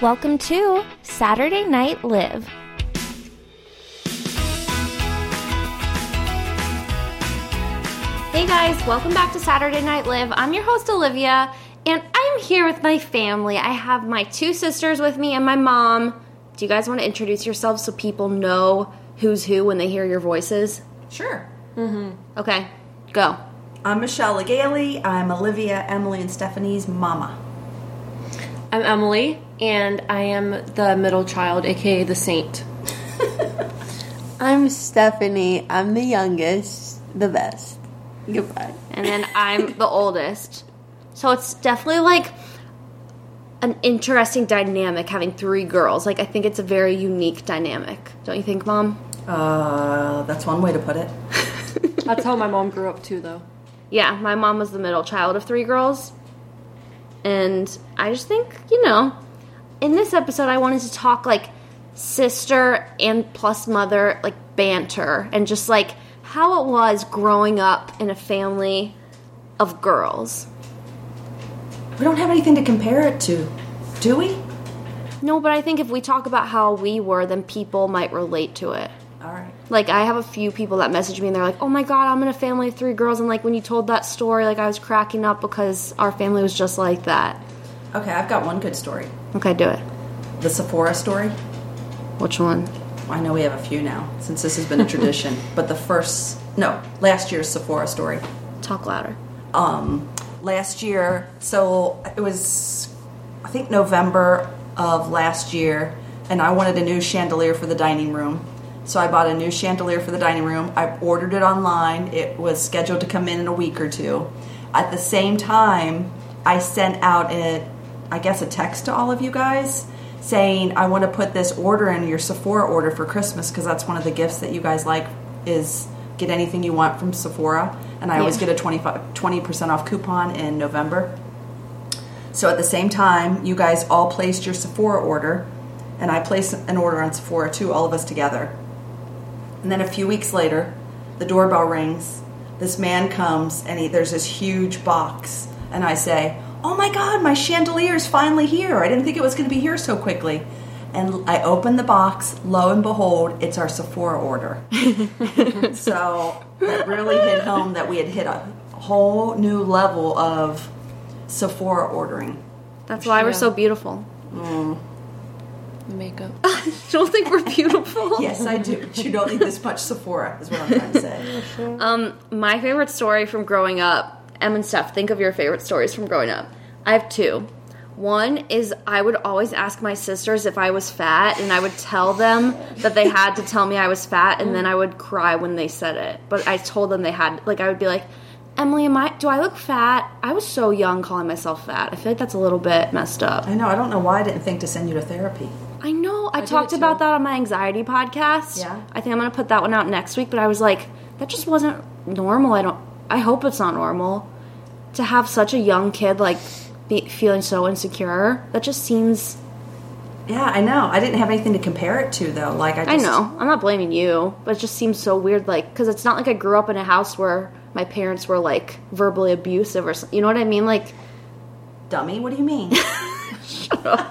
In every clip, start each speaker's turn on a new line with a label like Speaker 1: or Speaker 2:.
Speaker 1: Welcome to Saturday Night Live. Hey guys, welcome back to Saturday Night Live. I'm your host, Olivia, and I'm here with my family. I have my two sisters with me and my mom. Do you guys want to introduce yourselves so people know who's who when they hear your voices?
Speaker 2: Sure.
Speaker 1: Okay, go.
Speaker 2: I'm Michelle Legaly. I'm Olivia, Emily, and Stephanie's mama.
Speaker 3: I'm Emily, and I am the middle child, aka the saint.
Speaker 4: I'm Stephanie. I'm the youngest, the best. Goodbye.
Speaker 1: and then I'm the oldest. So it's definitely like an interesting dynamic having three girls. Like I think it's a very unique dynamic, don't you think, Mom?
Speaker 2: Uh, that's one way to put it.
Speaker 3: That's how my mom grew up too, though.
Speaker 1: Yeah, my mom was the middle child of three girls. And I just think, you know, in this episode I wanted to talk like sister and plus mother like banter and just like how it was growing up in a family of girls.
Speaker 2: We don't have anything to compare it to, do we?
Speaker 1: No, but I think if we talk about how we were, then people might relate to it.
Speaker 2: All right.
Speaker 1: Like I have a few people that message me and they're like, "Oh my god, I'm in a family of three girls," and like when you told that story, like I was cracking up because our family was just like that.
Speaker 2: Okay, I've got one good story.
Speaker 1: Okay, do it.
Speaker 2: The Sephora story.
Speaker 1: Which one?
Speaker 2: I know we have a few now since this has been a tradition, but the first, no, last year's Sephora story.
Speaker 1: Talk louder.
Speaker 2: um, last year. So it was, I think, November of last year, and I wanted a new chandelier for the dining room. So I bought a new chandelier for the dining room. I ordered it online. It was scheduled to come in in a week or two. At the same time, I sent out a, I guess, a text to all of you guys saying I want to put this order in your Sephora order for Christmas because that's one of the gifts that you guys like is get anything you want from Sephora. And I always
Speaker 1: Yeah.
Speaker 2: get a 25 20% off coupon in November. So at the same time, you guys all placed your Sephora order, and I placed an order on Sephora too, all of us together. And then a few weeks later, the doorbell rings. This man comes, and he, there's this huge box. And I say, Oh my God, my chandelier's finally here. I didn't think it was going to be here so quickly. And I open the box, lo and behold, it's our Sephora order. so it really hit home that we had hit a whole new level of Sephora ordering.
Speaker 1: That's why we're
Speaker 3: Yeah.
Speaker 1: so beautiful.
Speaker 3: The makeup.
Speaker 1: You don't think we're beautiful?
Speaker 2: Yes, I do. But you don't need this much Sephora, is what I'm trying to say.
Speaker 1: Um, my favorite story from growing up, Em and Steph, think of your favorite stories from growing up. I have two. One is I would always ask my sisters if I was fat, and I would tell them that they had to tell me I was fat, and then I would cry when they said it. But I told them they had, like, I would be like, Emily, am I? Do I look fat? I was so young calling myself fat. I feel like that's a little bit messed up.
Speaker 2: I know. I don't know why I didn't think to send you to therapy.
Speaker 1: I know. I, talked about that on my anxiety podcast.
Speaker 2: Yeah.
Speaker 1: I think I'm gonna put that one out next week. But I was like, that just wasn't normal. I don't. I hope it's not normal to have such a young kid like be, feeling so insecure. That just seems.
Speaker 2: Yeah, I know. I didn't have anything to compare it to though. Like I,
Speaker 1: I
Speaker 2: just,
Speaker 1: know. I'm not blaming you, but it just seems so weird. Like, because it's not like I grew up in a house where my parents were like verbally abusive or something. You know what I mean? Like,
Speaker 2: Dummy, what do you mean?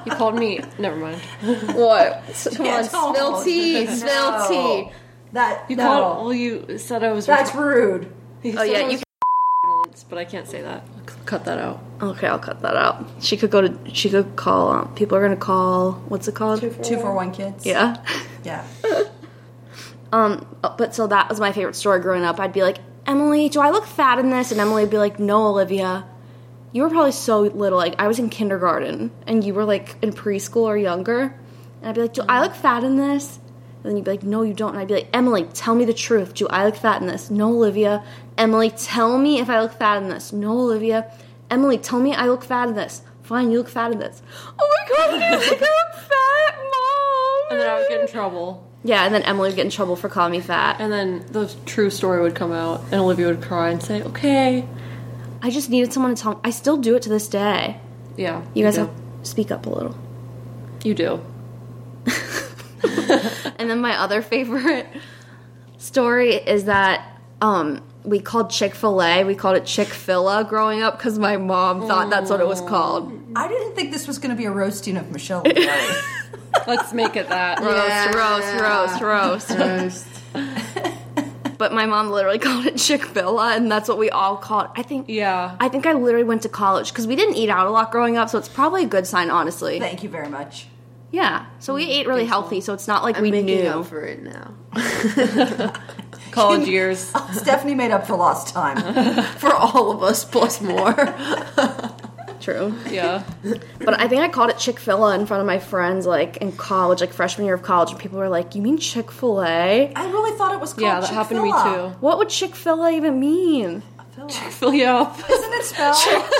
Speaker 3: You called me. Never mind.
Speaker 1: what? Come
Speaker 2: Yeah,
Speaker 1: on,
Speaker 2: don't.
Speaker 1: spill tea, spill
Speaker 2: No.
Speaker 1: tea.
Speaker 2: That
Speaker 3: You
Speaker 2: no.
Speaker 3: called. Well, you said I was.
Speaker 2: That's rude.
Speaker 3: you
Speaker 1: Oh
Speaker 3: said
Speaker 1: yeah,
Speaker 3: I
Speaker 1: you
Speaker 3: was once, but I can't say that. C- Cut that out.
Speaker 1: Okay, I'll cut that out. She could go to. She could call. Um, people are gonna call. What's it called?
Speaker 2: Two for one kids.
Speaker 1: Yeah.
Speaker 2: Yeah.
Speaker 1: Um. But so that was my favorite story growing up. I'd be like, Emily, do I look fat in this? And Emily would be like, No, Olivia. You were probably so little. Like I was in kindergarten, and you were like in preschool or younger. And I'd be like, Do I look fat in this? And then you'd be like, No, you don't. And I'd be like, Emily, tell me the truth. Do I look fat in this? No, Olivia. Emily, tell me if I look fat in this. No, Olivia. Emily, tell me I look fat in this. Fine, you look fat in this. Oh my god, I think I look fat, mom.
Speaker 3: And then I would get in trouble.
Speaker 1: Yeah, and then Emily would get in trouble for calling me fat.
Speaker 3: And then the true story would come out, and Olivia would cry and say, "Okay."
Speaker 1: I just needed someone to tell. I still do it to this day.
Speaker 3: Yeah.
Speaker 1: You guys
Speaker 3: do.
Speaker 1: have speak up a little.
Speaker 3: You do.
Speaker 1: And then my other favorite story is that um, we called Chick Fil A. We called it Chick Fil A growing up because my mom thought that's what it was called.
Speaker 2: I didn't think this was going to be a roasting of Michelle. Really.
Speaker 3: Let's make it that.
Speaker 1: Roast, roast, roast, roast.
Speaker 4: Roast.
Speaker 1: But my mom literally called it Chick Fil A, and that's what we all called. I think.
Speaker 3: Yeah.
Speaker 1: I think I literally went to college because we didn't eat out a lot growing up, so it's probably a good sign, honestly.
Speaker 2: Thank you very much.
Speaker 1: yeah. So we ate really healthy, so it's not like
Speaker 4: I'm
Speaker 1: we
Speaker 4: making
Speaker 1: knew.
Speaker 4: up for it now.
Speaker 3: College years.
Speaker 2: Stephanie made up for lost time.
Speaker 4: For all of us, plus more.
Speaker 1: True.
Speaker 3: Yeah.
Speaker 1: But I think I called it Chick Fil A in front of my friends, like in college, like freshman year of college, and people were like, "You mean Chick Fil A?
Speaker 2: I really thought it was called.
Speaker 3: Yeah, that happened to me too.
Speaker 1: What would Chick Fil A even mean?
Speaker 2: too.
Speaker 3: Fill you up.
Speaker 2: Isn't it spelled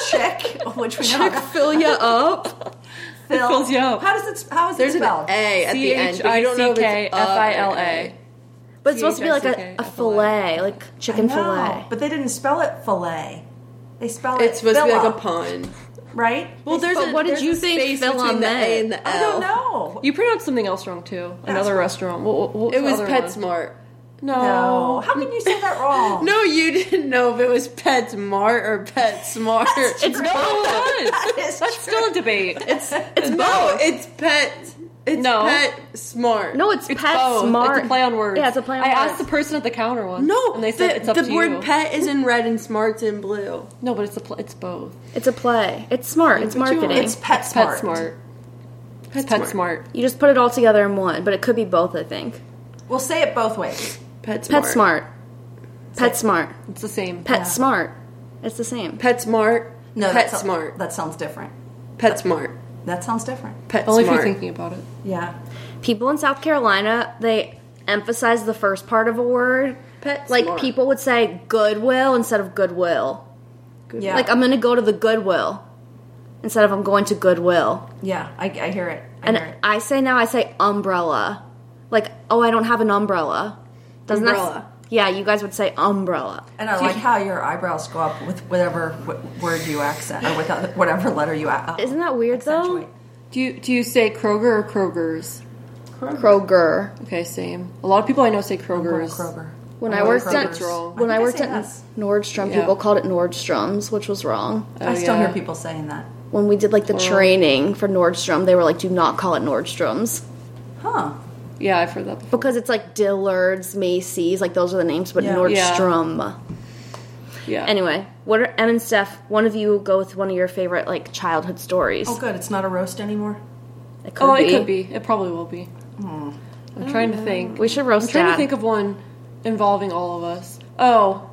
Speaker 2: chick? Which we know. how to
Speaker 1: Fill ya up?
Speaker 2: spell.
Speaker 3: fills you up.
Speaker 2: How does it? How is
Speaker 4: There's
Speaker 2: it
Speaker 4: an
Speaker 2: spelled?
Speaker 4: A at the end. But you don't know if it's
Speaker 3: C-H-I-C-K-F-I-L-A.
Speaker 1: But it's supposed to be like a, a
Speaker 3: C-H-I-C-K,
Speaker 1: fillet, like
Speaker 2: I
Speaker 1: chicken
Speaker 2: know,
Speaker 1: fillet.
Speaker 2: but they didn't spell it fillet. They spell it.
Speaker 4: It's supposed to be like a
Speaker 2: pun,
Speaker 4: pun.
Speaker 2: right?
Speaker 4: Well,
Speaker 2: They
Speaker 4: there's
Speaker 1: But
Speaker 4: a,
Speaker 1: what did
Speaker 4: there's
Speaker 1: you
Speaker 4: a
Speaker 1: think
Speaker 4: space
Speaker 1: Phil
Speaker 4: between
Speaker 1: on
Speaker 4: the
Speaker 1: May?
Speaker 4: A and the
Speaker 2: spell- I
Speaker 4: L.
Speaker 2: don't know.
Speaker 3: You pronounced something else wrong too. Another restaurant. What, what, what
Speaker 4: It was
Speaker 3: the other one?
Speaker 4: PetSmart.
Speaker 2: No,
Speaker 3: No.
Speaker 2: how can you say that wrong?
Speaker 4: No, you didn't know if it was PetSmart or PetSmart.
Speaker 1: It's
Speaker 3: No, it was.
Speaker 2: That is
Speaker 3: That's
Speaker 2: true.
Speaker 3: still a debate.
Speaker 4: it's it's no, it's Pet. It's
Speaker 3: No.
Speaker 4: Pet Smart.
Speaker 1: no, it's, pet
Speaker 3: both.
Speaker 1: smart.
Speaker 3: It's a play on words.
Speaker 1: Yeah, it's a play on
Speaker 3: I
Speaker 1: words.
Speaker 3: asked the person at the counter once.
Speaker 4: no.
Speaker 3: and they said
Speaker 4: the,
Speaker 3: it's up
Speaker 4: the
Speaker 3: to
Speaker 4: word
Speaker 3: you.
Speaker 4: Pet is in red and Smart's in blue.
Speaker 3: no, but it's a pl- it's both.
Speaker 1: it's a play. It's smart. It's
Speaker 4: But you are-
Speaker 1: marketing.
Speaker 2: It's pet
Speaker 3: It's
Speaker 2: smart.
Speaker 3: PetSmart. It's PetSmart.
Speaker 1: you just put it all together in one, but it could be both. I think.
Speaker 2: We'll say it both ways.
Speaker 4: Pet
Speaker 1: Pet
Speaker 4: Smart.
Speaker 1: smart. Pet smart.
Speaker 3: It's the same.
Speaker 1: Pet smart. It's the same.
Speaker 4: Pet Smart.
Speaker 2: No,
Speaker 4: Pet
Speaker 2: that's-
Speaker 4: Smart.
Speaker 2: That sounds different.
Speaker 4: Pet Smart.
Speaker 2: That sounds different.
Speaker 4: Pet
Speaker 3: Only if
Speaker 4: Smart.
Speaker 3: you're thinking about it.
Speaker 2: Yeah.
Speaker 1: people in South Carolina they emphasize the first part of a word.
Speaker 4: Pet
Speaker 1: like
Speaker 4: smart.
Speaker 1: people would say goodwill instead of goodwill.
Speaker 2: Yeah.
Speaker 1: Like um, I'm gonna go to the goodwill instead of I'm going to goodwill.
Speaker 2: yeah, I, I hear it. I
Speaker 1: And
Speaker 2: hear it.
Speaker 1: I say now I say umbrella. Like oh I don't have an umbrella. Doesn't
Speaker 4: Umbrella.
Speaker 1: that? Yeah, you guys would say umbrella.
Speaker 2: And I like how your eyebrows go up with whatever w- word you accent or with other- whatever letter you uh, accent.
Speaker 1: Isn't that weird though?
Speaker 3: Do you do you say Kroger or Kroger's?
Speaker 1: Kroger.
Speaker 3: Okay, same. A lot of people I know say Kroger's.
Speaker 2: Kroger.
Speaker 1: When
Speaker 2: Oh,
Speaker 1: I worked at
Speaker 2: Kroger's.
Speaker 3: wrong.
Speaker 1: when
Speaker 2: I
Speaker 1: I,
Speaker 2: think I
Speaker 1: worked
Speaker 2: say
Speaker 1: at
Speaker 2: that's-
Speaker 1: Nordstrom,
Speaker 3: Yeah.
Speaker 1: people called it Nordstrom's, which was wrong.
Speaker 2: I
Speaker 3: Oh,
Speaker 2: still
Speaker 3: yeah.
Speaker 2: hear people saying that.
Speaker 1: when we did like
Speaker 2: Oh.
Speaker 1: the training for Nordstrom, they were like, "Do not call it Nordstrom's
Speaker 2: Huh.
Speaker 3: Yeah, I've heard that. Before.
Speaker 1: because it's like Dillard's, Macy's, like those are the names, but
Speaker 2: Yeah.
Speaker 1: Nordstrom."
Speaker 3: Yeah.
Speaker 1: Anyway, what are Em and Steph? One of you go with one of your favorite like childhood stories.
Speaker 2: Oh, good. It's not a roast anymore.
Speaker 1: It could
Speaker 3: Oh,
Speaker 1: be.
Speaker 3: it could be. It probably will be. I'm trying to think.
Speaker 1: We should roast
Speaker 3: I'm trying
Speaker 1: Dad.
Speaker 3: to think of one involving all of us. Oh,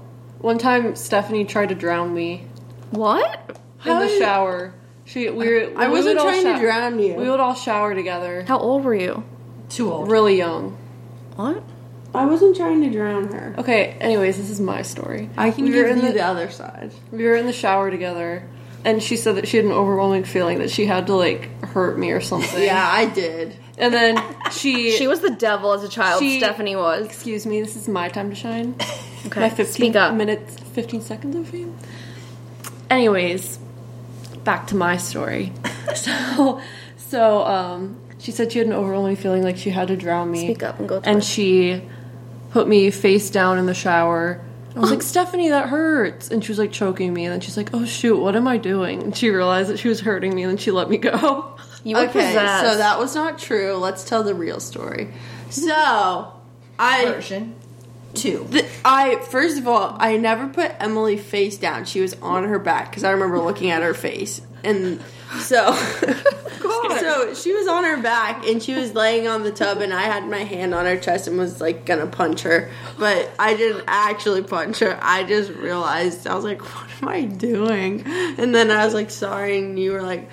Speaker 3: one time Stephanie tried to drown me
Speaker 1: What?
Speaker 4: How
Speaker 3: in the
Speaker 4: did-
Speaker 3: shower. She we were,
Speaker 4: I
Speaker 3: we
Speaker 4: wasn't
Speaker 3: would all
Speaker 4: trying to drown you.
Speaker 3: We would all shower together.
Speaker 1: How old were you?
Speaker 2: Too old.
Speaker 3: Really young.
Speaker 1: What?
Speaker 4: I wasn't trying to drown her.
Speaker 3: Okay. Anyways, this is my story.
Speaker 4: I can
Speaker 3: we were
Speaker 4: give
Speaker 3: in
Speaker 4: you the,
Speaker 3: the,
Speaker 4: other side.
Speaker 3: we were in the shower together, and she said that she had an overwhelming feeling that she had to like hurt me or something.
Speaker 4: Yeah, I did.
Speaker 3: And then she
Speaker 1: She was the devil as a child.
Speaker 3: She-
Speaker 1: Stephanie was.
Speaker 3: Excuse me, this is my time to shine.
Speaker 1: Okay,
Speaker 3: My 15
Speaker 1: speak up.
Speaker 3: minutes, 15 seconds of fame. Anyways, back to my story. so, so um, she said she had an overwhelming feeling like she had to drown me.
Speaker 1: Speak up and go through
Speaker 3: And
Speaker 1: it.
Speaker 3: she put me face down in the shower. I was like, Stephanie, that hurts. And she was like choking me. And then she's like, oh shoot, what am I doing? And she realized that she was hurting me and then she let me go.
Speaker 1: You were
Speaker 4: okay,
Speaker 1: possessed.
Speaker 4: so that was not true. Let's tell the real story. So, I
Speaker 2: Version two.
Speaker 4: th- I first of all, I never put Emily face down. She was on her back because I remember looking at her face, and so so she was on her back and she was laying on the tub, and I had my hand on her chest and was like gonna punch her, but I didn't actually punch her. I just realized I was like, what am I doing? And then I was like, sorry, and you were like.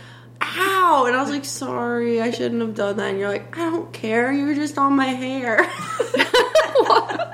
Speaker 4: Ow! And I was like, sorry, I shouldn't have done that. And you're like, I don't care, you were just on my hair.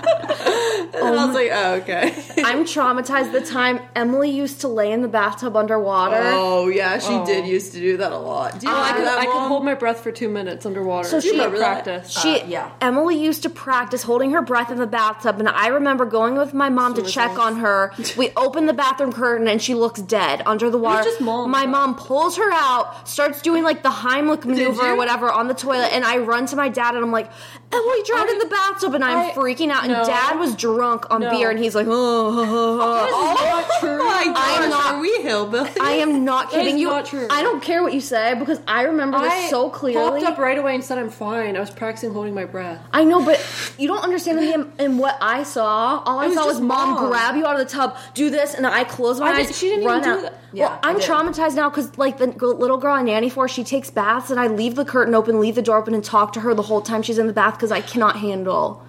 Speaker 4: And I was like, oh, okay.
Speaker 1: I'm traumatized. The time Emily used to lay in the bathtub underwater.
Speaker 4: Oh, yeah, she did used to do that a lot. Do you
Speaker 3: I
Speaker 4: remember
Speaker 3: could,
Speaker 4: that,
Speaker 3: I could
Speaker 4: Mom?
Speaker 3: hold my breath for two minutes underwater.
Speaker 1: So she-
Speaker 3: She
Speaker 4: Remember that?
Speaker 3: practice.
Speaker 1: She,
Speaker 2: Uh, yeah.
Speaker 1: Emily used to practice holding her breath in the bathtub, and I remember going with my mom to check on her. We open the bathroom curtain, and she looks dead under the water.
Speaker 3: just mom,
Speaker 1: my
Speaker 3: though.
Speaker 1: mom pulls her out, starts doing like the Heimlich maneuver or
Speaker 4: you?
Speaker 1: whatever on the toilet, and I run to my dad, and I'm like, "Emily drowned in the bathtub," and I'm
Speaker 3: I-
Speaker 1: freaking out. And
Speaker 3: no.
Speaker 1: dad was was drunk on
Speaker 3: No.
Speaker 1: beer and he's like, oh, oh, oh, oh."
Speaker 3: not true.
Speaker 1: I'm not.
Speaker 4: Are we hillbilly?
Speaker 1: I am not
Speaker 3: is
Speaker 1: kidding you.
Speaker 3: not true.
Speaker 1: I don't care what you say because I remember
Speaker 3: I
Speaker 1: this so clearly.
Speaker 3: popped up right away and said I'm fine. I was practicing holding my breath.
Speaker 1: I know, but you don't understand him and what I saw. All I
Speaker 3: was
Speaker 1: saw was
Speaker 3: just
Speaker 1: mom,
Speaker 3: mom.
Speaker 1: grab you out of the tub, do this, and I close my
Speaker 3: I
Speaker 1: eyes.
Speaker 3: did- she didn't
Speaker 1: run
Speaker 3: even do
Speaker 1: out.
Speaker 3: that.
Speaker 2: Yeah,
Speaker 1: well, I'm
Speaker 2: I did.
Speaker 1: traumatized now because like the g- little girl I nanny for, she takes baths, and I leave the curtain open, leave the door open, and talk to her the whole time she's in the bath because I cannot handle.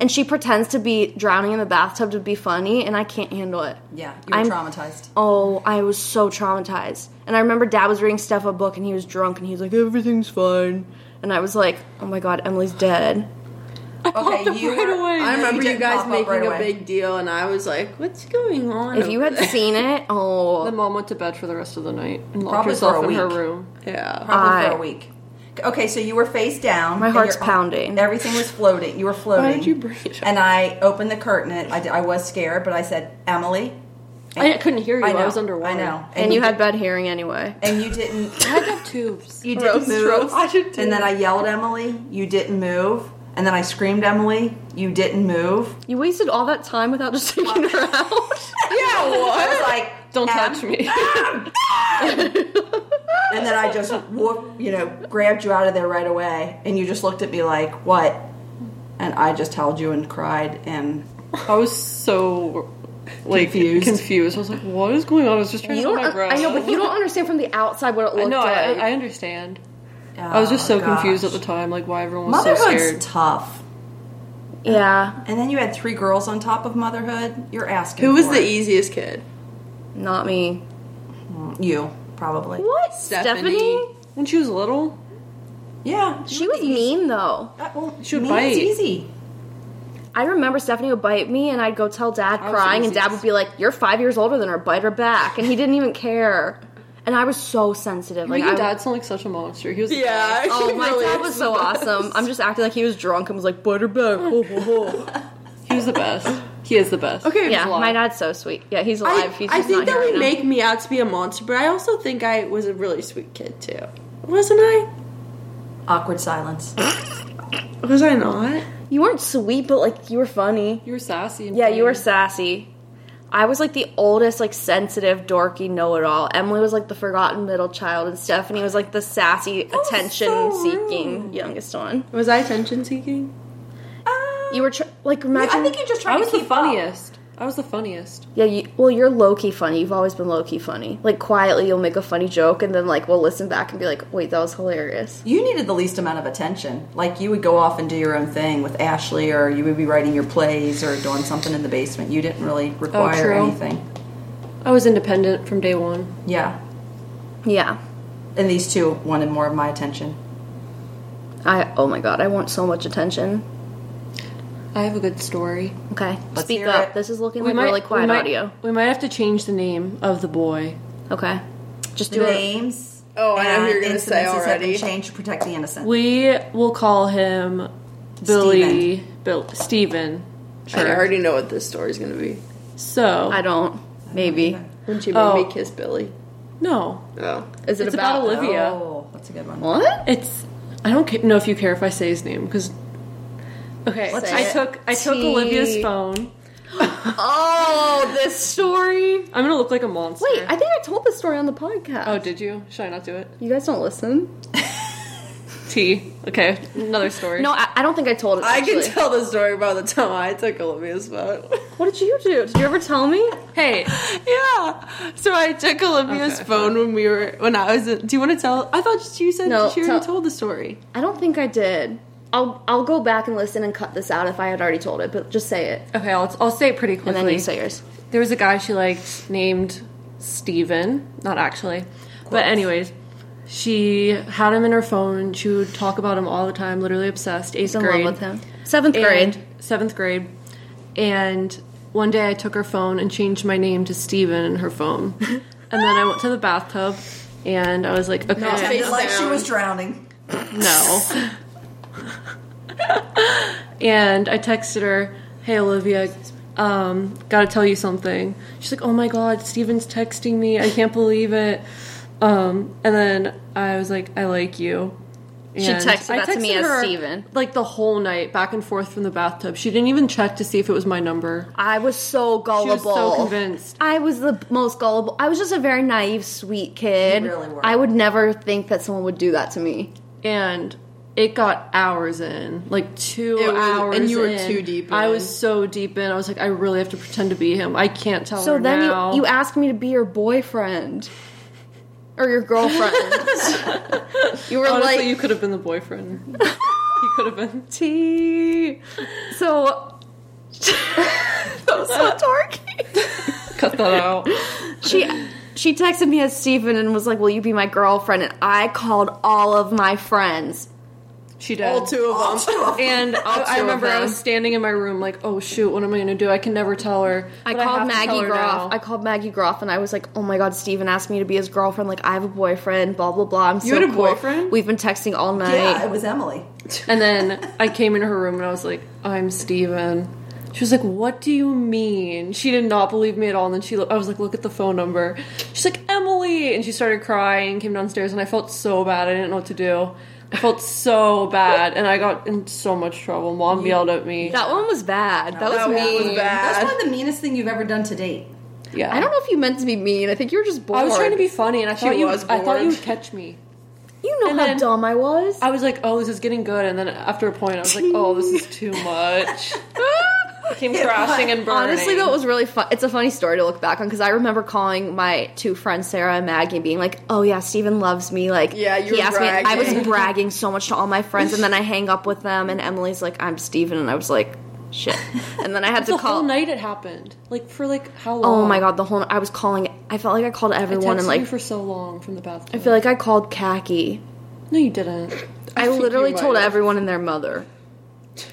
Speaker 1: And she pretends to be drowning in the bathtub to be funny, and I can't handle it.
Speaker 2: Yeah, you were
Speaker 1: I'm-
Speaker 2: traumatized.
Speaker 1: Oh, I was so traumatized. And I remember dad was reading Steph a book and he was drunk and he was like, everything's fine. And I was like, oh my god, Emily's dead.
Speaker 2: Okay,
Speaker 3: up right away.
Speaker 4: Oh,
Speaker 2: No,
Speaker 4: I remember you
Speaker 2: didn't
Speaker 4: guys
Speaker 2: pop up
Speaker 4: making
Speaker 2: right
Speaker 4: a
Speaker 2: away.
Speaker 4: big deal, and I was like, "What's going on?"
Speaker 1: If you
Speaker 4: over
Speaker 1: had
Speaker 4: there?
Speaker 1: seen it, oh.
Speaker 3: Then mom went to bed for the rest of the night and locked
Speaker 2: Probably
Speaker 3: herself
Speaker 2: for a
Speaker 3: in her
Speaker 2: week.
Speaker 3: room.
Speaker 4: yeah,
Speaker 2: probably for
Speaker 1: I-
Speaker 2: a week. Okay, so you were face down.
Speaker 1: My
Speaker 2: and
Speaker 1: heart's
Speaker 2: your-
Speaker 1: pounding.
Speaker 2: Everything was floating. You were floating.
Speaker 3: did you bring it up?
Speaker 2: And I opened the curtain. And I, d- I was scared, but I said, Emily.
Speaker 3: I couldn't hear you. I,
Speaker 2: know,
Speaker 3: was underwater.
Speaker 2: I know.
Speaker 1: And, you had bad hearing anyway.
Speaker 2: And you didn't.
Speaker 3: I had to have tubes.
Speaker 2: You didn't move.
Speaker 3: I should do
Speaker 2: and then I yelled, Emily. You didn't move. And then I screamed, Emily. You didn't move.
Speaker 1: You wasted all that time without just taking her out.
Speaker 2: Yeah, I was like,
Speaker 3: Don't
Speaker 2: "Em."
Speaker 3: touch me.
Speaker 2: And then I just, whoop, you know, grabbed you out of there right away. And you just looked at me like, what? And I just held you and cried. And
Speaker 3: I was so like
Speaker 2: Confused.
Speaker 3: confused. confused. I was like, "What is going on?" I was just trying
Speaker 1: You
Speaker 3: to
Speaker 1: don't,
Speaker 3: hold my breath.
Speaker 1: I know, but you don't understand from the outside what it
Speaker 3: I
Speaker 1: looked
Speaker 3: know. I,
Speaker 1: like.
Speaker 3: I understand. I was just
Speaker 2: Oh,
Speaker 3: so confused
Speaker 2: gosh.
Speaker 3: at the time, like why everyone was so
Speaker 2: Motherhood's
Speaker 3: scared.
Speaker 2: tough.
Speaker 1: yeah,
Speaker 2: And then you had three girls on top of motherhood. You're asking.
Speaker 4: who was
Speaker 2: for
Speaker 4: the
Speaker 2: it.
Speaker 4: easiest kid?
Speaker 1: not me.
Speaker 3: e-,
Speaker 2: You probably.
Speaker 1: What?
Speaker 4: Stephanie.
Speaker 3: When she was little,
Speaker 2: Yeah,
Speaker 1: She was mean though.
Speaker 2: That won't,
Speaker 3: She would
Speaker 2: mean is
Speaker 3: bite.
Speaker 2: easy.
Speaker 1: I remember Stephanie would bite me, and I'd go tell Dad
Speaker 3: Oh, was
Speaker 1: crying, and
Speaker 3: easiest.
Speaker 1: Dad would be like, "You're five years older than her. Bite her back." And he didn't even care. And I was so sensitive.
Speaker 3: like
Speaker 1: Like,
Speaker 3: your
Speaker 1: I,
Speaker 3: dad sounded like such a monster. He was the
Speaker 4: Yeah.
Speaker 3: best.
Speaker 1: oh, my
Speaker 4: really
Speaker 1: dad
Speaker 4: is
Speaker 1: was so awesome. I'm just acting like he was drunk and was like, "Bite her back." ho, ho, ho."
Speaker 3: He was the best. He is the best.
Speaker 4: Okay,
Speaker 1: yeah,
Speaker 3: He's alive.
Speaker 1: my dad's so sweet. Yeah, he's
Speaker 4: I,
Speaker 1: alive. he's
Speaker 4: I
Speaker 1: just
Speaker 4: think
Speaker 1: not
Speaker 4: that
Speaker 1: here
Speaker 4: would
Speaker 1: right now.
Speaker 4: make me out to be a monster, but I also think I was a really sweet kid too. Wasn't I?
Speaker 2: Awkward silence.
Speaker 4: Was I not?
Speaker 1: You weren't sweet, but like you were funny.
Speaker 3: You were sassy. And
Speaker 1: Yeah, you were
Speaker 3: funny.
Speaker 1: sassy. I was like the oldest, like sensitive, dorky know-it-all. Emily was like the forgotten middle child, and Stephanie was like the sassy, attention-seeking youngest one.
Speaker 4: Was I attention seeking?
Speaker 2: Ah,
Speaker 1: You were tr- like imagine.
Speaker 2: I think you're just
Speaker 3: I
Speaker 2: trying
Speaker 3: was
Speaker 2: to
Speaker 3: the
Speaker 2: keep up.
Speaker 3: funniest. I was the funniest.
Speaker 1: yeah. You, well, you're low key funny. You've always been low key funny. Like quietly, you'll make a funny joke, and then like we'll listen back and be like, "Wait, that was hilarious."
Speaker 2: You needed the least amount of attention. Like you would go off and do your own thing with Ashley, or you would be writing your plays, or doing something in the basement. You didn't really require
Speaker 3: Oh, true.
Speaker 2: anything.
Speaker 3: I was independent from day one.
Speaker 2: Yeah,
Speaker 1: Yeah.
Speaker 2: and these two wanted more of my attention.
Speaker 1: I. Oh my god, I want so much attention.
Speaker 3: I have a good story.
Speaker 1: Okay,
Speaker 2: Let's
Speaker 1: speak
Speaker 2: hear
Speaker 1: up.
Speaker 2: it.
Speaker 1: This is looking like really quiet
Speaker 3: we might,
Speaker 1: audio.
Speaker 3: We might have to change the name of the boy.
Speaker 1: Okay, just do
Speaker 2: The
Speaker 1: it.
Speaker 2: names.
Speaker 4: Oh, I know who
Speaker 2: and
Speaker 4: you're gonna say
Speaker 2: incidences have been
Speaker 4: already.
Speaker 2: changed to protect the innocent.
Speaker 3: We will call him Billy. Bill Steven.
Speaker 4: I already know what this story's gonna be.
Speaker 3: So
Speaker 1: I don't. Maybe.
Speaker 4: When she made
Speaker 3: Oh.
Speaker 4: me kiss Billy.
Speaker 3: no.
Speaker 4: Oh.
Speaker 1: Is it
Speaker 3: It's about
Speaker 1: about
Speaker 3: Olivia.
Speaker 2: Oh, that's a good one.
Speaker 1: What?
Speaker 3: It's I don't ca- know if you care if I say his name because okay,
Speaker 2: Let's
Speaker 3: I
Speaker 2: say it.
Speaker 3: took I took
Speaker 1: T-
Speaker 3: Olivia's phone.
Speaker 1: Oh, this story.
Speaker 3: I'm gonna look like a monster.
Speaker 1: Wait, I think I told this story on the podcast.
Speaker 3: oh, did you? Should I not do it?
Speaker 1: you guys don't listen?
Speaker 3: T. Okay, another story.
Speaker 1: No, I, I don't think I told it.
Speaker 4: I
Speaker 1: Actually.
Speaker 4: can tell the story by the time I took Olivia's phone.
Speaker 1: What did you do? Did you ever tell me?
Speaker 3: Hey,
Speaker 4: yeah. So I took Olivia's
Speaker 3: Okay.
Speaker 4: phone when we were when I was. in- Do you want to tell? I thought you said
Speaker 1: No,
Speaker 4: she already
Speaker 1: tell-
Speaker 4: told the story.
Speaker 1: I don't think I did. I'll I'll go back and listen and cut this out if I had already told it. But just say it,
Speaker 3: okay, I'll, I'll say it pretty
Speaker 1: and
Speaker 3: quickly.
Speaker 1: then you say yours.
Speaker 3: there was a guy she liked named Steven, not actually. But anyways, she had him in her phone. She would talk about him all the time, literally obsessed. Eighth
Speaker 1: He's in
Speaker 3: grade.
Speaker 1: love with him. Seventh
Speaker 3: And-
Speaker 1: grade.
Speaker 3: Seventh grade. And one day I took her phone and changed my name to Steven in her phone. and then I went to the bathtub and I was like, okay.
Speaker 2: Pretended
Speaker 4: Face
Speaker 2: like she
Speaker 4: down.
Speaker 2: was drowning.
Speaker 3: No. and I texted her, "Hey Olivia, um, gotta tell you something." She's like, "Oh my god, Steven's texting me. I can't believe it." Um, and then I was like, "I like you,"
Speaker 1: She
Speaker 3: And
Speaker 1: texted that
Speaker 3: I
Speaker 1: to me as
Speaker 3: her,
Speaker 1: Steven.
Speaker 3: Like the whole night, back and forth from the bathtub. She didn't even check to see if it was my number.
Speaker 1: I was so gullible.
Speaker 3: convinced.
Speaker 1: I was the most gullible. I was just a very naive, sweet kid.
Speaker 2: You really were.
Speaker 1: I would never think that someone would do that to me.
Speaker 3: And it got hours in, like two
Speaker 4: It was-
Speaker 3: hours,
Speaker 4: and you were
Speaker 3: in.
Speaker 4: too deep
Speaker 3: I
Speaker 4: in.
Speaker 3: was so deep in. I was like, I really have to pretend to be him. I can't
Speaker 2: Oh,
Speaker 3: tell.
Speaker 1: So
Speaker 3: her
Speaker 1: then
Speaker 3: now.
Speaker 1: you, you asked me to be your boyfriend or your girlfriend. you were
Speaker 3: Honestly,
Speaker 1: like,
Speaker 3: you could have been the boyfriend. you could have been.
Speaker 1: tea. So that was so dorky.
Speaker 3: Cut that out.
Speaker 1: She she texted me as Stephen and was like, "Will you be my girlfriend?" And I called all of my friends.
Speaker 3: She did.
Speaker 4: All two of them.
Speaker 3: And I, I
Speaker 1: two of
Speaker 3: remember I
Speaker 1: them.
Speaker 3: was standing in my room, like, oh shoot, what am I going to do? I can never tell her.
Speaker 1: I
Speaker 3: but
Speaker 1: called
Speaker 3: have to tell
Speaker 1: Maggie
Speaker 3: her
Speaker 1: Groff.
Speaker 3: now.
Speaker 1: I called Maggie Groff, and I was like, "Oh my god, Steven asked me to be his girlfriend. Like, I have a boyfriend. Blah blah blah. I'm so
Speaker 3: had a
Speaker 1: cool.
Speaker 3: boyfriend?
Speaker 1: We've been texting all night.
Speaker 2: Yeah, it was Emily.
Speaker 3: And then I came into her room and I was like, I'm Steven. She was like, What do you mean? She did not believe me at all. And then she, lo- I was like, Look at the phone number. She's like, Emily. And she started crying, came downstairs, and I felt so bad. I didn't know what to do. I felt so bad. And I got in so much trouble. Mom yelled at me.
Speaker 1: That one was bad. that was
Speaker 4: that one
Speaker 1: mean.
Speaker 4: was bad.
Speaker 2: That's probably the meanest thing you've ever done to date.
Speaker 3: Yeah.
Speaker 1: I don't know if you meant to be mean. I think you were just bored.
Speaker 3: I was trying to be funny, and I thought you,
Speaker 4: was
Speaker 3: I thought
Speaker 4: bored.
Speaker 3: you would catch me.
Speaker 1: You know
Speaker 3: and
Speaker 1: how
Speaker 3: then-
Speaker 1: dumb I was.
Speaker 3: I was like, oh, this is getting good. And then after a point, I was like, oh, this is too much. Came crashing and burning.
Speaker 1: Honestly, though, it was really fun. It's a funny story to look back on because I remember calling my two friends, Sarah and Maggie, and being like, "Oh yeah, Steven loves me." Like,
Speaker 4: Yeah, you
Speaker 1: he
Speaker 4: were
Speaker 1: asked me. I was
Speaker 4: bragging.
Speaker 1: bragging so much to all my friends, and then I hang up with them, and Emily's like, "I'm Steven," and I was like, "Shit." And then I had
Speaker 3: the
Speaker 1: to
Speaker 3: whole
Speaker 1: call.
Speaker 3: night it happened. Like for like how long?
Speaker 1: oh my god, the whole. I was calling. I felt like I called
Speaker 3: I
Speaker 1: everyone,
Speaker 3: texted
Speaker 1: and
Speaker 3: you
Speaker 1: like,
Speaker 3: for so long from the bathroom.
Speaker 1: I feel like I called Khaki.
Speaker 3: no, you didn't.
Speaker 1: I,
Speaker 3: think you
Speaker 1: literally
Speaker 3: might
Speaker 1: told
Speaker 3: have.
Speaker 1: everyone and their mother.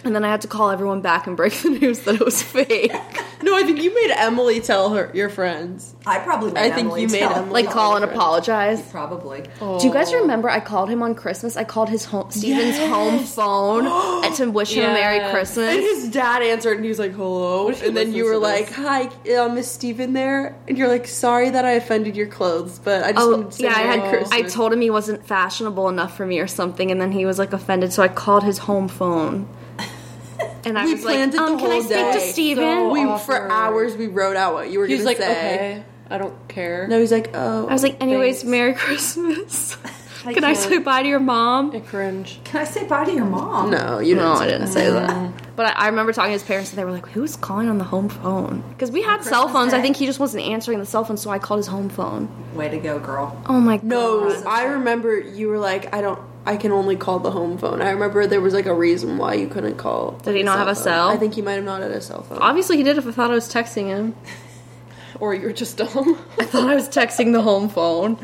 Speaker 1: And then I had to call everyone back and break the news that it was fake.
Speaker 4: No, I think you made Emily tell her your friends.
Speaker 2: I probably made
Speaker 4: I think
Speaker 2: Emily
Speaker 4: you made
Speaker 2: tell.
Speaker 4: Emily.
Speaker 1: like, call and apologize.
Speaker 2: Probably.
Speaker 1: Do you guys remember I called him on Christmas? I called his home Steven's home phone and to wish him a Merry
Speaker 3: Yes.
Speaker 4: And
Speaker 1: Christmas.
Speaker 4: his dad answered, and he was like, "Hello,"
Speaker 3: if he
Speaker 4: and then you
Speaker 3: listens
Speaker 4: were
Speaker 3: to
Speaker 4: like,
Speaker 3: this?
Speaker 4: "Hi, uh, Miss Steven there," and you're like, "Sorry that I offended your clothes, but I just
Speaker 1: Oh
Speaker 4: wanted to say
Speaker 1: yeah, I
Speaker 4: Merry
Speaker 1: had
Speaker 4: Christmas."
Speaker 1: I told him he wasn't fashionable enough for me or something, and then he was like offended, so I called his home phone. And I
Speaker 4: We
Speaker 1: was like,
Speaker 4: planned it the
Speaker 1: um, can I
Speaker 4: whole
Speaker 1: speak to
Speaker 4: day.
Speaker 1: Steven?
Speaker 3: So
Speaker 4: we
Speaker 3: awkward.
Speaker 4: for hours we wrote out what you were
Speaker 3: He
Speaker 4: going
Speaker 3: was
Speaker 4: to
Speaker 3: like,
Speaker 4: say.
Speaker 3: okay, I don't care.
Speaker 4: No, he's like, "Oh."
Speaker 1: I was like, anyways,
Speaker 3: Thanks.
Speaker 1: Merry Christmas.
Speaker 3: I
Speaker 1: can I
Speaker 3: can't.
Speaker 1: say bye to your mom?
Speaker 3: I cringe.
Speaker 2: Can I say bye to your mom?
Speaker 4: "No, you
Speaker 1: No,
Speaker 4: didn't."
Speaker 1: I didn't say that. But I, I remember talking to his parents, and they were like, "Who's calling on the home phone?" Because we had cell
Speaker 2: Christmas
Speaker 1: phones. I
Speaker 2: Day?
Speaker 1: think he just wasn't answering the cell phone, so I called his home phone.
Speaker 2: Way to go, girl.
Speaker 1: Oh my god!
Speaker 4: No, I remember you were like, "I don't." I can only call the home phone. I remember there was like a reason why you couldn't call.
Speaker 1: Did he
Speaker 4: the
Speaker 1: not have a
Speaker 4: phone.
Speaker 1: cell?
Speaker 4: I think he might have not had a cell phone.
Speaker 1: Obviously, he did. If I thought I was texting him,
Speaker 3: Or you're just dumb.
Speaker 1: I thought I was texting the home phone.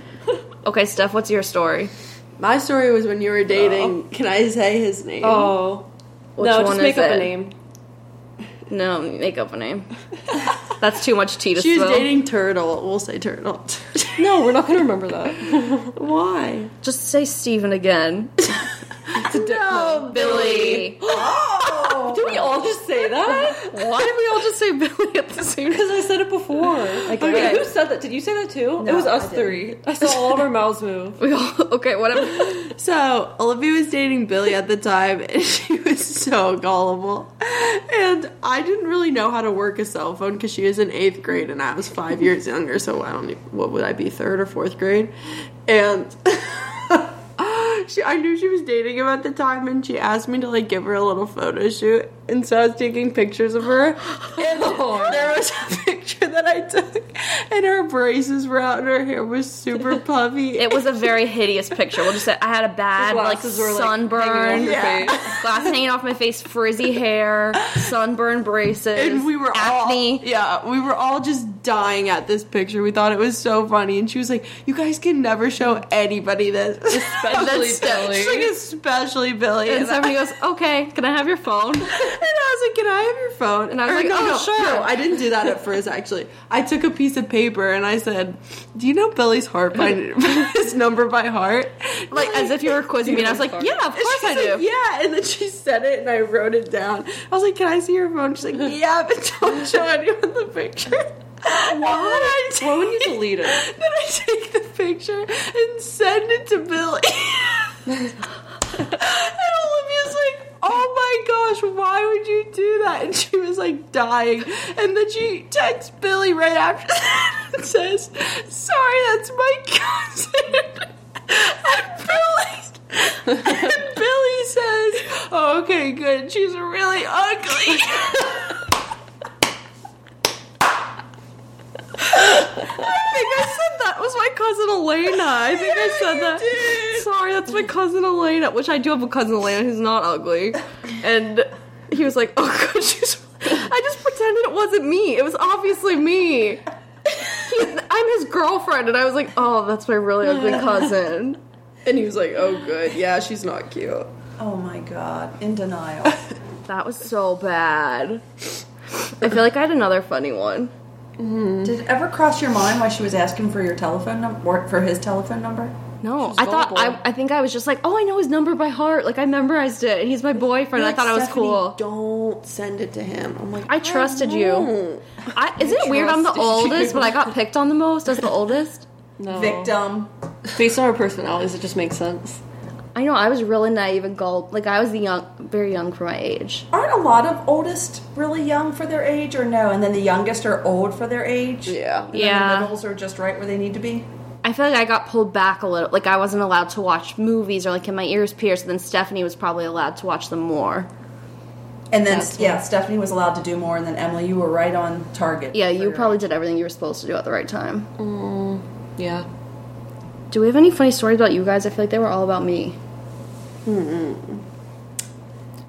Speaker 1: Okay, Steph, what's your story?
Speaker 4: My story was when you were dating. Can I say his name?
Speaker 3: oh.
Speaker 1: Which
Speaker 3: no,
Speaker 1: one
Speaker 3: just make
Speaker 1: is
Speaker 3: up
Speaker 1: it?
Speaker 3: a name.
Speaker 1: No, make up a name. That's too much tea to
Speaker 4: She was
Speaker 1: spill.
Speaker 4: dating Turtle. We'll say Turtle.
Speaker 3: No, we're not gonna remember that.
Speaker 4: Why?
Speaker 1: Just say Steven again.
Speaker 4: No,
Speaker 1: Billy. Oh.
Speaker 3: Did we all just say that?
Speaker 1: Why did we all just say Billy at the same time?
Speaker 3: Because I said it before.
Speaker 4: Okay.
Speaker 3: Who said that? Did you say that too? it
Speaker 2: No,
Speaker 3: was us
Speaker 2: I didn't.
Speaker 3: three. I saw all of our mouths move.
Speaker 1: We all okay, whatever.
Speaker 4: So Olivia was dating Billy at the time, and she was so gullible. And I didn't really know how to work a cell phone because she was in eighth grade, and I was five years younger. So I don't. Even, what would I be? Third or fourth grade? And she, I knew she was dating him at the time, and she asked me to like give her a little photo shoot. And so I was taking pictures of her, and there was a picture that I took, and her braces were out, and her hair was super puffy.
Speaker 1: It was a very hideous picture. We'll just say I had a bad
Speaker 3: The
Speaker 1: like
Speaker 3: glasses were, like, hanging
Speaker 1: sunburn,
Speaker 3: off your
Speaker 1: Yeah. glasses hanging off my face, frizzy hair, sunburn braces,
Speaker 4: and we were
Speaker 1: acne.
Speaker 4: all yeah we were all just dying at this picture we thought it was so funny and she was like you guys can never show anybody this
Speaker 3: Especially
Speaker 4: That's- she's like especially billy
Speaker 1: And
Speaker 4: and I,
Speaker 1: somebody goes, "Okay, can I have your phone?"
Speaker 4: and I was like can i have your phone and i was
Speaker 1: Or
Speaker 4: like
Speaker 1: no,
Speaker 4: oh
Speaker 1: no,
Speaker 4: sure
Speaker 1: no.
Speaker 4: no, i didn't do that at first actually i took a piece of paper and i said do you know billy's heart by his number by heart
Speaker 1: Like as if you were quizzing me. And I was like, "Yeah, of
Speaker 4: And
Speaker 1: course I
Speaker 4: she's
Speaker 1: do."
Speaker 4: like, yeah, and then she said it, and I wrote it down. I was like, "Can I see your phone?" She's like, "Yeah, but don't show anyone the picture." Why?
Speaker 3: Why would you delete it?
Speaker 4: Then I take the picture and send it to Billy. "Oh that, and she was like dying. And then she texts Billy right after that and says, "Sorry, that's my cousin." And Billy, and Billy says, oh, "Okay, good. She's really ugly." I think I said that was my cousin Elena. I think I said that. Sorry, that's my cousin Elena. Which I do have a cousin Elena who's not ugly. And he was like, "Oh god, she's." I just pretended it wasn't me. It was obviously me. He- I'm his girlfriend, and I was like, "Oh, that's my really ugly cousin." And he was like, "Oh, good. Yeah, she's not cute."
Speaker 2: Oh my god, in denial.
Speaker 1: That was so bad. I feel like I had another funny one.
Speaker 2: Did it ever cross your mind why she was asking for your telephone number, for his telephone number?
Speaker 1: No, I thought I,
Speaker 3: gullible.
Speaker 1: I think I was just like, oh, I know his number by heart. Like I memorized it, and he's my boyfriend. I thought I was cool.
Speaker 4: Don't send it to him. I'm like,
Speaker 1: I trusted you. I, isn't it weird? I'm the
Speaker 4: trusted
Speaker 1: oldest, but I got picked on the most as the oldest.
Speaker 3: No.
Speaker 2: Victim.
Speaker 3: Based on our personalities, it just makes sense.
Speaker 1: I know I was really naive and gulp. Like I was the young, very young for my age.
Speaker 2: Aren't a lot of oldest really young for their age, or no? And then the youngest are old for their age.
Speaker 4: Yeah.
Speaker 2: And then
Speaker 1: Yeah.
Speaker 2: The middles are just right where they need to be.
Speaker 1: I feel like I got pulled back a little. Like I wasn't allowed to watch movies or like in my ears pierced. Then Stephanie was probably allowed to watch them more.
Speaker 2: And then yeah, Stephanie was allowed to do more, and then Emily, you were right on target.
Speaker 1: Yeah,
Speaker 2: for
Speaker 1: you
Speaker 2: your-
Speaker 1: probably did everything you were supposed to do at the right time.
Speaker 3: Yeah.
Speaker 1: Do we have any funny stories about you guys? I feel like they were all about me. Hmm.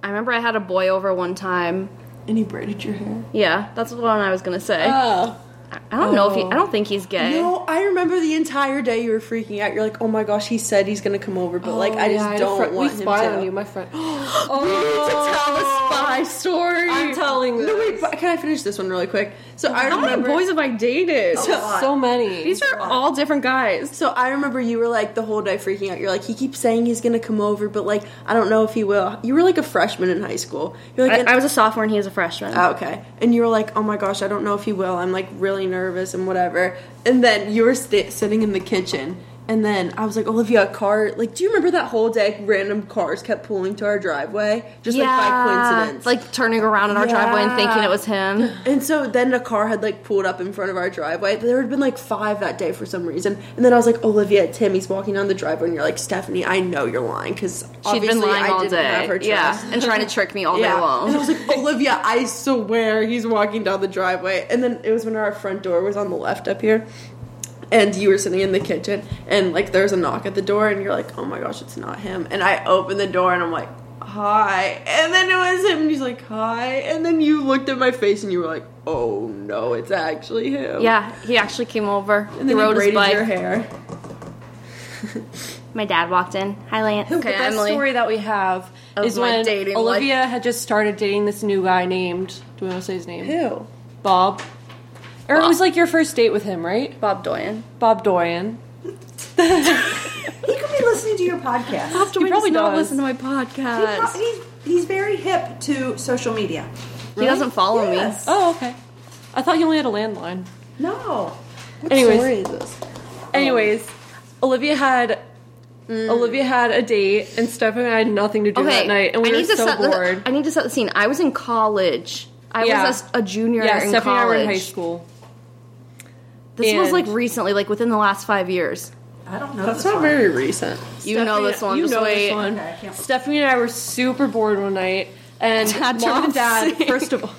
Speaker 1: I remember I had a boy over one time.
Speaker 4: And he braided your hair.
Speaker 1: Yeah, that's what I was gonna say.
Speaker 4: Oh.
Speaker 1: I I don't know if he. I don't think he's gay.
Speaker 4: No, I remember the entire day you were freaking out. You're like, oh my gosh, he said he's gonna come over, but like,
Speaker 3: Oh,
Speaker 4: I just don't want
Speaker 3: we
Speaker 4: him
Speaker 3: spy
Speaker 4: to.
Speaker 3: on you, my friend.
Speaker 1: Oh, the spy story.
Speaker 3: I'm telling
Speaker 4: No,
Speaker 3: you.
Speaker 4: wait, but can I finish this one really quick? So I
Speaker 1: How many
Speaker 4: remember.
Speaker 1: boys have I dated?
Speaker 3: So many.
Speaker 1: Oh, These are all different guys.
Speaker 4: so I remember you were like the whole day freaking out. You're like, he keeps saying he's gonna come over, but like, I don't know if he will. You were like a freshman in high school. You're like,
Speaker 1: I,
Speaker 4: and-
Speaker 1: I was a sophomore and he was a freshman.
Speaker 4: Oh, okay. And you were like, oh my gosh, I don't know if he will. I'm like really nervous and whatever. And then you were sta sitting in the kitchen. And then I was like, Olivia, a car. Like, do you remember that whole day? Random cars kept pulling to our driveway, just like by coincidence.
Speaker 1: Like turning around in our driveway and thinking
Speaker 4: Yeah.
Speaker 1: it was him.
Speaker 4: and so then a car had like pulled up in front of our driveway, but there had been like five that day for some reason. And then I was like, Olivia, Timmy's walking down the driveway, and you're like, Stephanie, I know you're lying because
Speaker 1: She'd been lying
Speaker 4: I
Speaker 1: all
Speaker 4: didn't
Speaker 1: day.
Speaker 4: have her trust.
Speaker 1: yeah, and trying to trick me all day long.
Speaker 4: And I was like, Olivia, I swear he's walking down the driveway. And then it was when our front door was on the left up here. And you were sitting in the kitchen, and like there's a knock at the door, and you're like, oh my gosh, it's not him. And I open the door, and I'm like, hi. And then it was him, and he's like, hi. And then you looked at my face, and you were like, oh no, it's actually him.
Speaker 1: Yeah, he actually came over.
Speaker 4: And then
Speaker 1: he
Speaker 4: you
Speaker 1: rode his
Speaker 4: braided
Speaker 1: bike.
Speaker 4: your hair.
Speaker 1: My dad walked in. Hi, Lance.
Speaker 3: But that story that we have
Speaker 1: Of
Speaker 3: is
Speaker 1: my
Speaker 3: when
Speaker 1: dating
Speaker 3: Olivia had just started dating this new guy named. Do we want to say his name?
Speaker 4: Ew.
Speaker 3: Bob. Or it was like your first date with him, right?
Speaker 1: Bob Doyen.
Speaker 3: Bob Doyen.
Speaker 2: He could be listening to your podcast.
Speaker 1: Bob Doyen
Speaker 3: probably
Speaker 1: does not
Speaker 3: does.
Speaker 1: listen to my
Speaker 2: He
Speaker 1: podcast.
Speaker 2: pro- he's, he's very hip to social media.
Speaker 1: He doesn't follow
Speaker 2: Yes.
Speaker 3: Oh, okay. I thought you only had a landline.
Speaker 2: No.
Speaker 3: Anyways,
Speaker 4: Story is this?
Speaker 3: anyways, Olivia had Olivia had a date, and Stephanie and I had nothing to do
Speaker 1: me. Mm. Okay.
Speaker 3: that night, and we
Speaker 1: I
Speaker 3: were
Speaker 1: need to
Speaker 3: so
Speaker 1: set
Speaker 3: bored.
Speaker 1: The, I need to set the scene. I was in college. I
Speaker 3: Yeah.
Speaker 1: was a, a junior
Speaker 3: yeah,
Speaker 1: in
Speaker 3: Stephanie and I were
Speaker 1: college.
Speaker 3: in high school.
Speaker 1: This was
Speaker 3: and-
Speaker 1: like recently, like within the last five years.
Speaker 2: I don't know.
Speaker 4: That's
Speaker 2: this
Speaker 4: not
Speaker 2: one.
Speaker 4: very recent.
Speaker 1: You know
Speaker 3: Stephanie-
Speaker 1: this one.
Speaker 3: You
Speaker 1: just
Speaker 3: know
Speaker 1: wait.
Speaker 3: this one.
Speaker 2: Okay, I can't-
Speaker 3: Stephanie and I were super bored one night, and
Speaker 1: Dad, turn
Speaker 3: mom and
Speaker 1: off
Speaker 3: dad.
Speaker 1: sync.
Speaker 3: First of all,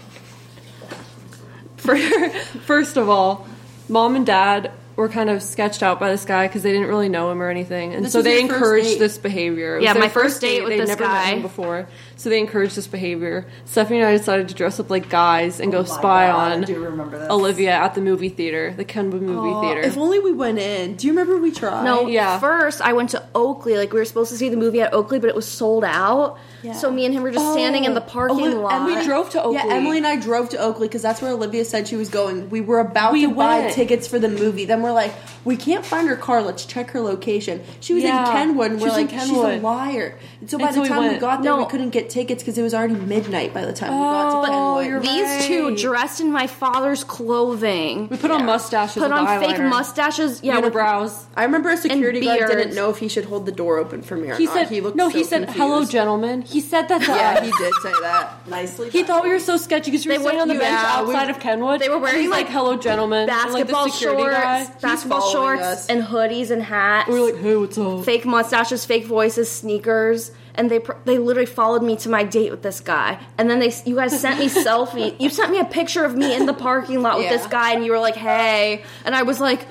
Speaker 3: fir- first of all, mom and dad were kind of sketched out by this guy because they didn't really know him or anything, and
Speaker 4: This
Speaker 3: so
Speaker 4: was
Speaker 3: they
Speaker 4: your first
Speaker 3: encouraged
Speaker 4: date.
Speaker 3: this behavior. It was
Speaker 1: Yeah,
Speaker 3: their
Speaker 1: my first date with
Speaker 3: They'd
Speaker 1: this
Speaker 3: never
Speaker 1: guy.
Speaker 3: met him before, so they encouraged this behavior. Stephanie and I decided to dress up like guys and go
Speaker 2: Oh my
Speaker 3: spy
Speaker 2: God,
Speaker 3: on
Speaker 2: I do remember this.
Speaker 3: Olivia at the movie theater, the Kenwood movie theater.
Speaker 4: If only we went in. Do you remember we tried?
Speaker 1: No,
Speaker 3: Yeah.
Speaker 1: first I went to Oakley. Like we were supposed to see the movie at Oakley, but it was sold out. So me and him were just standing in
Speaker 3: Oh,
Speaker 1: the parking
Speaker 4: Oli-
Speaker 1: lot.
Speaker 4: and we drove to Oakley.
Speaker 3: Yeah,
Speaker 4: and I drove to Oakley because that's where Olivia said she was going. We were about
Speaker 3: We went.
Speaker 4: tickets for the movie. Then we're like, we can't find her car. Let's check her location. She was
Speaker 3: Yeah.
Speaker 4: in Kenwood. And we're
Speaker 3: She was in
Speaker 4: like, she's a
Speaker 3: Kenwood.
Speaker 4: liar. And so by
Speaker 3: And so
Speaker 4: the
Speaker 3: we
Speaker 4: time we,
Speaker 3: went.
Speaker 4: got there, we
Speaker 1: No.
Speaker 4: couldn't get tickets because it was already midnight by the time we got to
Speaker 3: Oh,
Speaker 4: Kenwood.
Speaker 3: you're
Speaker 1: These two
Speaker 3: Right.
Speaker 1: dressed in my father's clothing.
Speaker 3: We put on mustaches.
Speaker 1: put
Speaker 3: with
Speaker 1: on fake
Speaker 3: eyeliner.
Speaker 1: mustaches. Yeah,
Speaker 3: Unibrows.
Speaker 1: with-
Speaker 3: brows.
Speaker 4: I remember a security guard
Speaker 1: beards.
Speaker 4: didn't know if he should hold the door open for me or
Speaker 3: He
Speaker 4: not.
Speaker 3: said,
Speaker 4: he looked
Speaker 3: "No."
Speaker 4: so
Speaker 3: he said,
Speaker 4: confused.
Speaker 3: "Hello, gentlemen." He said that to
Speaker 4: Yeah,
Speaker 3: us.
Speaker 4: he did say that.
Speaker 2: Nicely.
Speaker 3: He
Speaker 2: done.
Speaker 3: thought we were so sketchy because we were
Speaker 1: They
Speaker 3: sitting
Speaker 1: went-
Speaker 3: on the bench
Speaker 4: yeah, we-
Speaker 3: outside of Kenwood.
Speaker 1: they were
Speaker 3: and
Speaker 1: wearing,
Speaker 3: he's
Speaker 1: like,
Speaker 3: "Hello, gentlemen," and, like, the
Speaker 1: basketball
Speaker 3: security
Speaker 1: shorts,
Speaker 3: guy.
Speaker 1: basketball
Speaker 4: following
Speaker 1: shorts,
Speaker 4: us.
Speaker 1: and hoodies and hats.
Speaker 3: We were like, "Hey, what's up?"
Speaker 1: fake mustaches, fake voices, sneakers, and they pr- they literally followed me to my date with this guy. And then they you guys sent me selfie. You sent me a picture of me in the parking lot with
Speaker 4: Yeah.
Speaker 1: this guy, and you were like, "Hey," and I was like.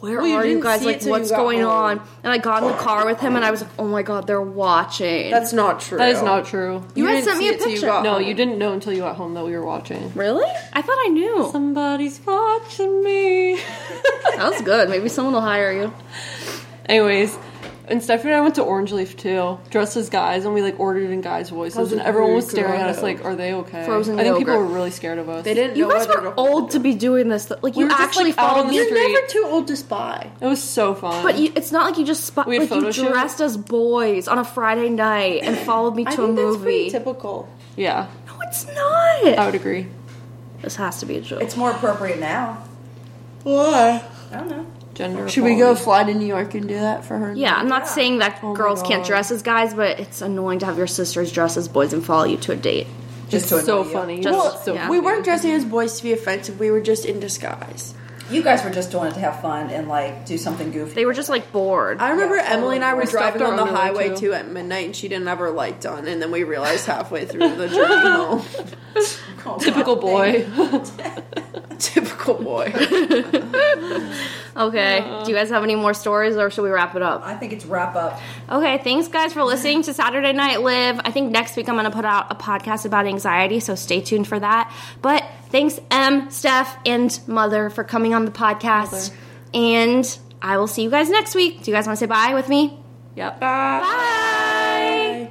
Speaker 1: Where
Speaker 4: Well, you
Speaker 1: are you
Speaker 4: didn't
Speaker 1: guys?
Speaker 4: see it
Speaker 1: Like,
Speaker 4: till
Speaker 1: what's
Speaker 4: you got
Speaker 1: going
Speaker 4: home.
Speaker 1: on? And I got in the car with him, and I was like, "Oh my god, they're watching."
Speaker 4: That's not true.
Speaker 3: That is not true.
Speaker 1: you guys
Speaker 4: didn't
Speaker 1: sent me
Speaker 4: see
Speaker 1: a
Speaker 4: it till you
Speaker 1: picture.
Speaker 4: got
Speaker 3: No,
Speaker 4: home.
Speaker 3: you didn't know until you got home that we were watching.
Speaker 1: really? I thought I knew.
Speaker 3: Somebody's watching me.
Speaker 1: that was good. Maybe someone will hire you.
Speaker 3: Anyways, and Stephanie and I went to Orange Leaf too, dressed as guys, and we like ordered in guys' voices, and everyone was staring at us like, "Are they okay?"
Speaker 1: Frozen
Speaker 3: I think people
Speaker 1: yogurt.
Speaker 3: were really scared of us.
Speaker 4: They didn't
Speaker 1: You
Speaker 4: know
Speaker 1: guys
Speaker 4: whether
Speaker 1: were
Speaker 4: to-
Speaker 1: old to be doing this. though. Like,
Speaker 3: We
Speaker 1: you
Speaker 3: were just,
Speaker 1: actually
Speaker 3: like, out
Speaker 1: followed
Speaker 3: on
Speaker 1: me.
Speaker 3: the
Speaker 1: You're
Speaker 3: street.
Speaker 1: never-
Speaker 4: Never too old to spy.
Speaker 3: It was so fun.
Speaker 1: But you, it's not like you just spot,
Speaker 3: We had
Speaker 1: like you
Speaker 3: photo shoot.
Speaker 1: dressed as boys on a Friday night and followed me to
Speaker 4: I
Speaker 1: a
Speaker 4: think that's
Speaker 1: movie.
Speaker 4: pretty typical.
Speaker 3: yeah,
Speaker 1: no, it's not.
Speaker 3: I would agree.
Speaker 1: this has to be a joke.
Speaker 2: It's more appropriate now.
Speaker 4: Why?
Speaker 2: I don't know.
Speaker 3: Gender.
Speaker 4: Should we go
Speaker 3: equality.
Speaker 4: fly to New York and do that for her?
Speaker 1: yeah, I'm not saying that
Speaker 3: my
Speaker 1: girls can't
Speaker 3: God.
Speaker 1: dress as guys, but it's annoying to have your sisters dress as boys and follow you to a date.
Speaker 2: Just to
Speaker 3: It's so
Speaker 2: annoy you.
Speaker 3: funny.
Speaker 1: Just-
Speaker 3: Well, so
Speaker 1: yeah.
Speaker 4: We
Speaker 3: funny.
Speaker 4: weren't dressing as boys to be offensive. We were just in disguise.
Speaker 2: You guys were just doing it to have fun and like do something goofy.
Speaker 1: They were just like bored.
Speaker 4: I remember Emily and I were
Speaker 3: We stopped
Speaker 4: driving
Speaker 3: our
Speaker 4: on the
Speaker 3: underwear,
Speaker 4: highway
Speaker 3: too.
Speaker 4: too at midnight, and she didn't have her lights on. And then we realized halfway through the journey home.
Speaker 2: Oh,
Speaker 3: typical
Speaker 2: God.
Speaker 3: boy.
Speaker 4: Typical boy.
Speaker 1: okay, do you guys have any more stories, or should we wrap it up?
Speaker 2: I think it's wrap up.
Speaker 1: Okay, thanks guys for listening to Saturday Night Live. I think next week I'm going to put out a podcast about anxiety, so stay tuned for that. But thanks, M, Steph, and Mother for coming on the podcast. And I will see you guys next week. Do you guys want to say bye with me?
Speaker 3: yep.
Speaker 1: Bye.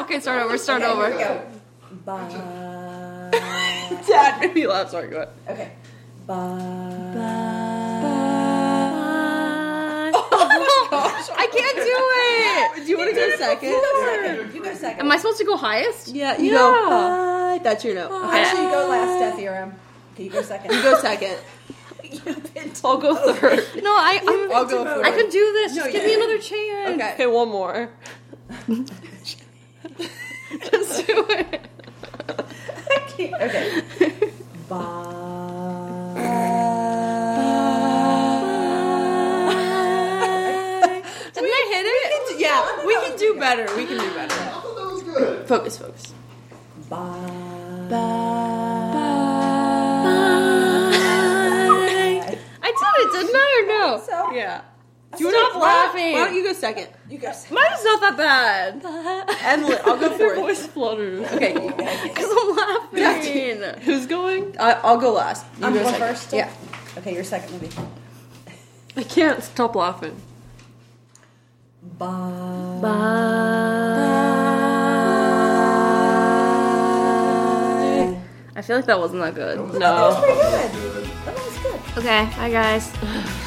Speaker 1: Okay, start over, start
Speaker 2: Here we
Speaker 1: over.
Speaker 2: go. Bye.
Speaker 4: Dad made me laugh. Sorry, go ahead.
Speaker 2: Okay. Bye.
Speaker 1: I can't do it.
Speaker 4: Do you want to go second?
Speaker 2: Second. You go second.
Speaker 1: Am I supposed to go highest?
Speaker 4: Yeah, you
Speaker 3: Yeah.
Speaker 4: go. Bye. That's your note. Okay.
Speaker 2: Actually, you go last, Steph Eram. Okay, you go second.
Speaker 4: You go second.
Speaker 3: I'll go third.
Speaker 1: No, I I'm,
Speaker 4: I'll go
Speaker 1: I
Speaker 4: third.
Speaker 1: can do this. Just
Speaker 4: you
Speaker 1: give me another chance.
Speaker 4: Okay.
Speaker 3: Okay, one more. Just do it.
Speaker 2: okay.
Speaker 1: Didn't I hit it?
Speaker 4: Yeah, we can do better. We can do better. I thought that was good. Focus, focus.
Speaker 1: I did it, didn't I, or no?
Speaker 2: So,
Speaker 4: Yeah.
Speaker 1: Do Stop laughing.
Speaker 4: Why don't you go second?
Speaker 2: you go second.
Speaker 1: Mine's not that bad.
Speaker 4: Emily, I'll go
Speaker 3: Your
Speaker 4: fourth.
Speaker 3: voice fluttered.
Speaker 4: Okay,
Speaker 1: Because I'm laughing.
Speaker 3: Who's going?
Speaker 4: I, I'll go last. You
Speaker 2: I'm
Speaker 4: go
Speaker 2: going
Speaker 4: second.
Speaker 2: first.
Speaker 4: Yeah.
Speaker 2: Okay, you're second, Libby.
Speaker 3: I can't stop laughing.
Speaker 2: Bye.
Speaker 1: I feel like that wasn't that good.
Speaker 2: That was
Speaker 3: No.
Speaker 2: pretty good. That was good.
Speaker 1: Okay, bye guys.